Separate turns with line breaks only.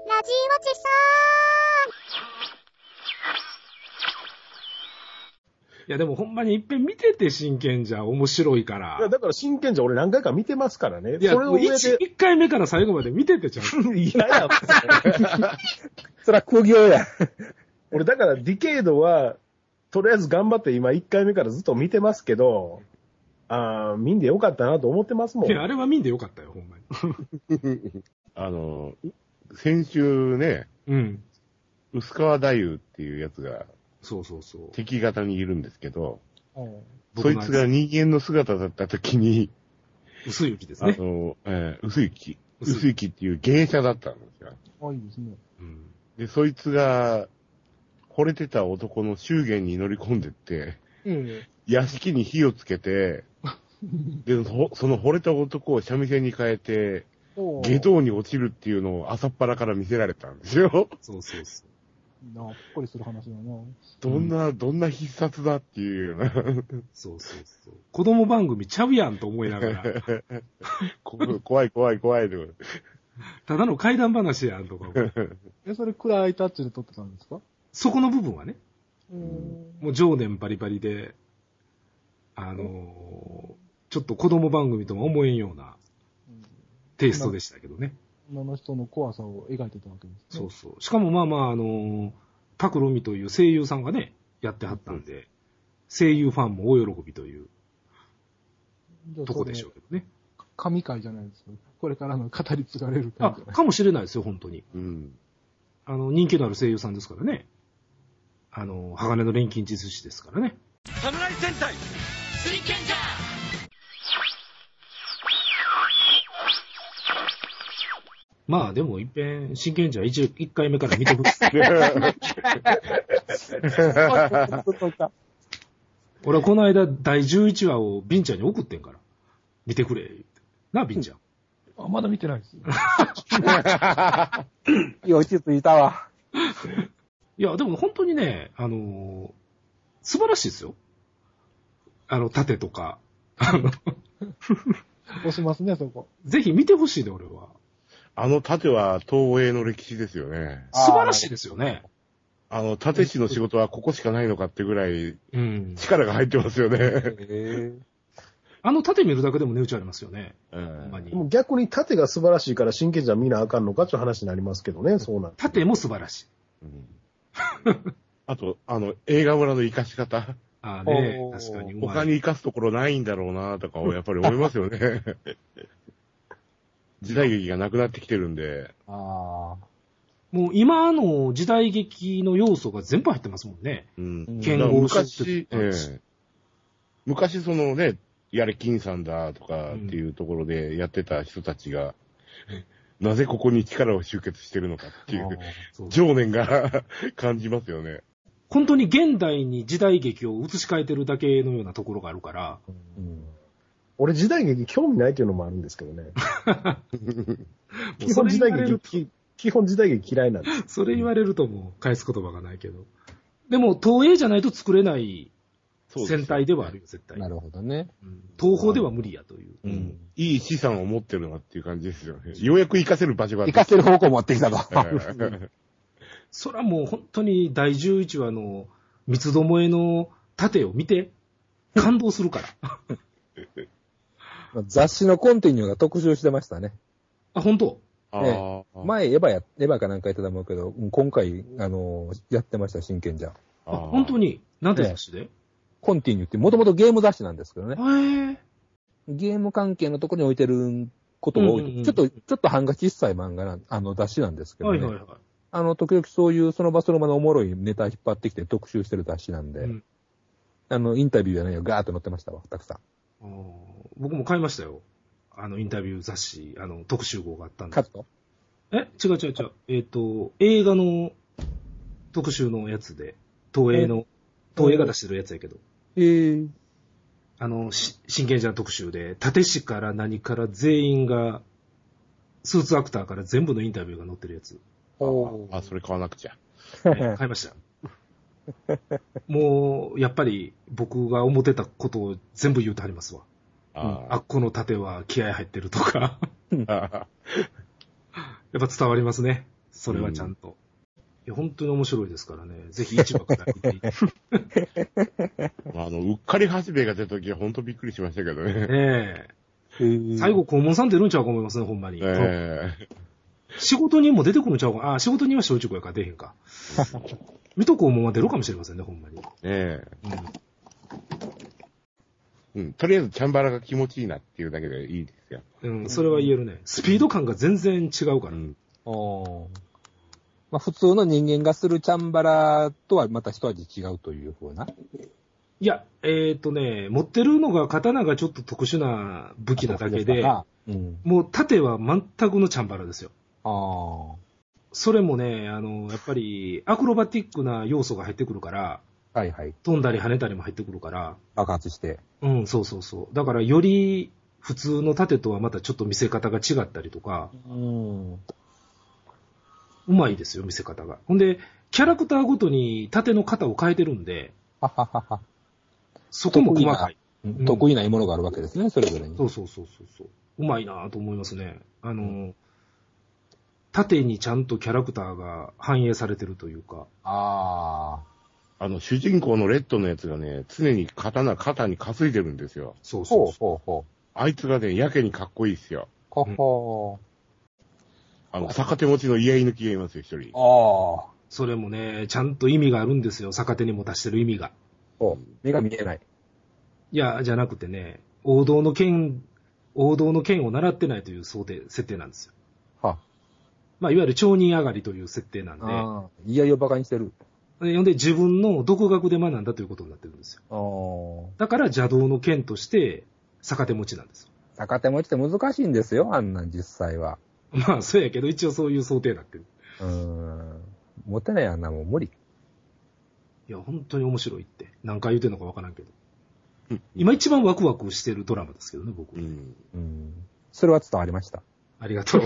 ちさ
いや、でもほんまに一遍見てて真剣じゃ面白いか
いや、
ら。
だから真剣じゃん俺何回か見てますからね。
いや、
それを
もう
上
一
で。
一回目から最後まで見ててちゃう。
いやいや、
そら苦行や。
俺だからディケイドは、とりあえず頑張って今1回目からずっと見てますけど、あー見んでよかったなと思ってますも
い。
ん
や、あれは見んでよかったよ、ほんまに。
あの、先週ね、
うん。
薄川太夫っていうやつが
そうそうそう。
敵方にいるんですけど、そ
僕
い
の
つが人間の姿だった時に、
薄い雪です
あ
ね。
の、えー、薄雪、
薄雪
薄雪っていう芸者だったんですよ。
多いですね。
うん
で、そいつが、惚れてた男の祝言に乗り込んでって、
うん。
屋敷に火をつ けて、で、そその惚れた男を三味線に変えて、
お
下道に落ちるっていうのを朝っぱらから見せられたんですよ。
そうそうそう。
な、ほっこりする話だな。
どんな、どんな必殺だっていうよう な
そうそうそう。子供番組ちゃうやんと思いなが ら、
こ怖い怖い怖いとか。
ただの怪談話やんとか思う、
え、それ暗いタッチで撮ってたんですか
そこの部分はね、
うん。
もう情念パリパリで、あのーちょっと子供番組とも思えんようなテイストでしたけどね。
女の人の怖さを描いてたわけです、
そうそう。しかもまあまあ、あのー、タクロミという声優さんがね、やってはったんで、声優ファンも大喜びという
じゃあ
とこでしょう。けどね。
その神回じゃないですか。これからの語り継がれる
あ
回じゃ、ない
かもしれないですよ、本当に。
うん。
あの、人気のある声優さんですからね。あの、鋼の錬金術師ですからね。まあでも一遍、真剣じゃ一一回目から見てほしい。俺この間第11話をビンちゃんに送ってんから。見てくれ。言ってな、ビンちゃん。
あ、まだ見てないです。
よちついたわ。
いや、でも本当にね、あのー素晴らしいですよ。あの、盾とか。あの
押しますね、そこ。
ぜひ見てほしいで、俺は。
あの盾は東映の歴史ですよね。
あー
素晴らしいですよね。
あの、盾師の仕事はここしかないのかってぐらい
うん。
力が入ってますよね。
あの盾見るだけでも値打ちありますよね。
う
ほん
ん
ま
もう
に。
逆に盾が素晴らしいから真剣じゃ見なあかんのかっていう話になりますけどね、そうなん。
盾も素晴らしい。
あと、あの、映画村の活かし方。
ああね
お、ー
確かにうまい。
他に活かすところないんだろうなとかをやっぱり思いますよね。時代劇がなくなってきてるんで。
あ
もう今の時代劇の要素が全部入ってますもんね。
うん。
剣
だから
豪
昔、
ええ
ええ昔そのね、やれ金さんだとかっていうところでやってた人たちが、なぜここに力を集結してるのかっていう、
そう
情念が 感じますよね。
本当に現代に時代劇を移し替えてるだけのようなところがあるから、
俺時代劇興味ないっていうのもあるんですけ どね。 基
そ
本
れ
時
言
代
われる
劇、き基本時代劇嫌いなんです。
それ言われるともう返す言葉がないけど。でも、東映じゃないと作れない
そうですよ
戦隊ではあるよ、絶
あ。
対。
なるほどね。
うん東宝では無理やという。
うん。
いい資産を持ってるなっていう感じですよね。ようやく活かせる場所があ
行かせる方向持ってきたと。
る。
そらもう本当に第11話の三つどもえの盾を見て、感動するから。
雑誌のコンティニューが特集してましたね。
あ、本当
あー
前、エヴァや、エヴァかなんかやってたと思うけど、うん今回、あのー、やってました、真剣じゃ。
あ、本当
に。
に。なんて雑誌で、
コンティニューって、もともとゲーム雑誌なんですけどね。
へえ。
ゲーム関係のところに置いてることが多
う
い。
んうんうん
ちょっと、ちょっと版が小さい漫画なん、あの、雑誌なんですけど
は
ね。
いはいは
あの、時々そういう、その場その場のおもろいネタ引っ張ってきて特集してる雑誌なんで、
うん
あの、インタビューじゃないよ、ガーッと載ってましたわ、たくさん。
い。あー僕も買いましたよ。あの、インタビュー雑誌、あの、特集号があったん
カ
で
ッ。ト
え違う違う違う。えっ、と、映画の特集のやつで、東映の、東映が出してるやつやけど。
えー、
あの、し真剣じゃん特集で、立石から何から全員が、スーツアクターから全部のインタビューが載ってるやつ、
お
あ、それ買わなくちゃ。
ね買いました。もう、やっぱり僕が思ってたことを全部言うてはりますわ。あ
あ
っこの 盾は気合入ってるとか、
あ。
やっぱ伝わりますね。それはちゃんと。いや、本当に面白いですからね。ぜひ一幕から見ていただいて
あの、うっかりハスベが出た時は本当びっくりしましたけど ね。
ねえ。最
最
後、肛門さん出るんちゃうか思いますね、ほんまに。
え
仕事にも出てくるんちゃうか。あ、仕事には小中高やから出へん か。水戸黄門は出るかもしれませんね、ほんまに。
ええ
うん
えうん。とりあえずチャンバラが気持ちいいなっていうだけでいいですよ。
うん、それは言えるね。スピード感が全然違うから。
ん。
後。まあ、普通の人間がするチャンバラとはまた一味違うというふうな。
いや、えっ、とね、持ってるのが刀がちょっと特殊な武器なだけで、
うん。
もう盾は全くのチャンバラですよ。
ああ。
それもね、あの、やっぱりアクロバティックな要素が入ってくるから、
はいはい。
飛んだり跳ねたりも入ってくるから、
爆発して。
うん、そうそうそう。だからより普通の盾とはまたちょっと見せ方が違ったりとか、
うん。
うまいですよ、見せ方が。ほんで、キャラクターごとに盾の型を変えてるんで、
はははは。
そこも細かい。
うん得意なものがあるわけですね、それぞれに。
そうそうそうそうそう。うまいなと思いますね。あの、縦にちゃんとキャラクターが反映されてるというか。
ああ。
あの、主人公のレッドのやつがね、常に刀、肩に担いでるんですよ。
そうそ
ほ
う
う
そ
ほうほう。
あいつがね、やけにかっこいいですよ。
ほほ
あの、逆手持ちの家犬抜きがいますよ、一人
う。。あ
う。
あ。
それもね、ちゃんと意味があるんですよ。逆手にも出してる意味が。
そう。目が見えない。
いや、じゃなくてね、王道の剣、王道の剣を習ってないという想定、設定なんですよ。
は
まあ、いわゆる町人上がりという設定なんで、
あ。いやいや馬鹿にしてる。
で呼んで自分の独学で学んだということになってるんですよ。
ああ。
だから邪道の剣として逆手持ちなんですよ。
逆手持ちって難しいんですよ、あんなん実際は。
まあ、そうやけど、一応そういう想定になってる。
うーん。持てないあんなもん無理。
いや、本当に面白いって。何回言うてんのかわからんけど。今一番ワクワクしてるドラマですけどね、僕。
うん。
うん。それは伝わりました。
ありがとう。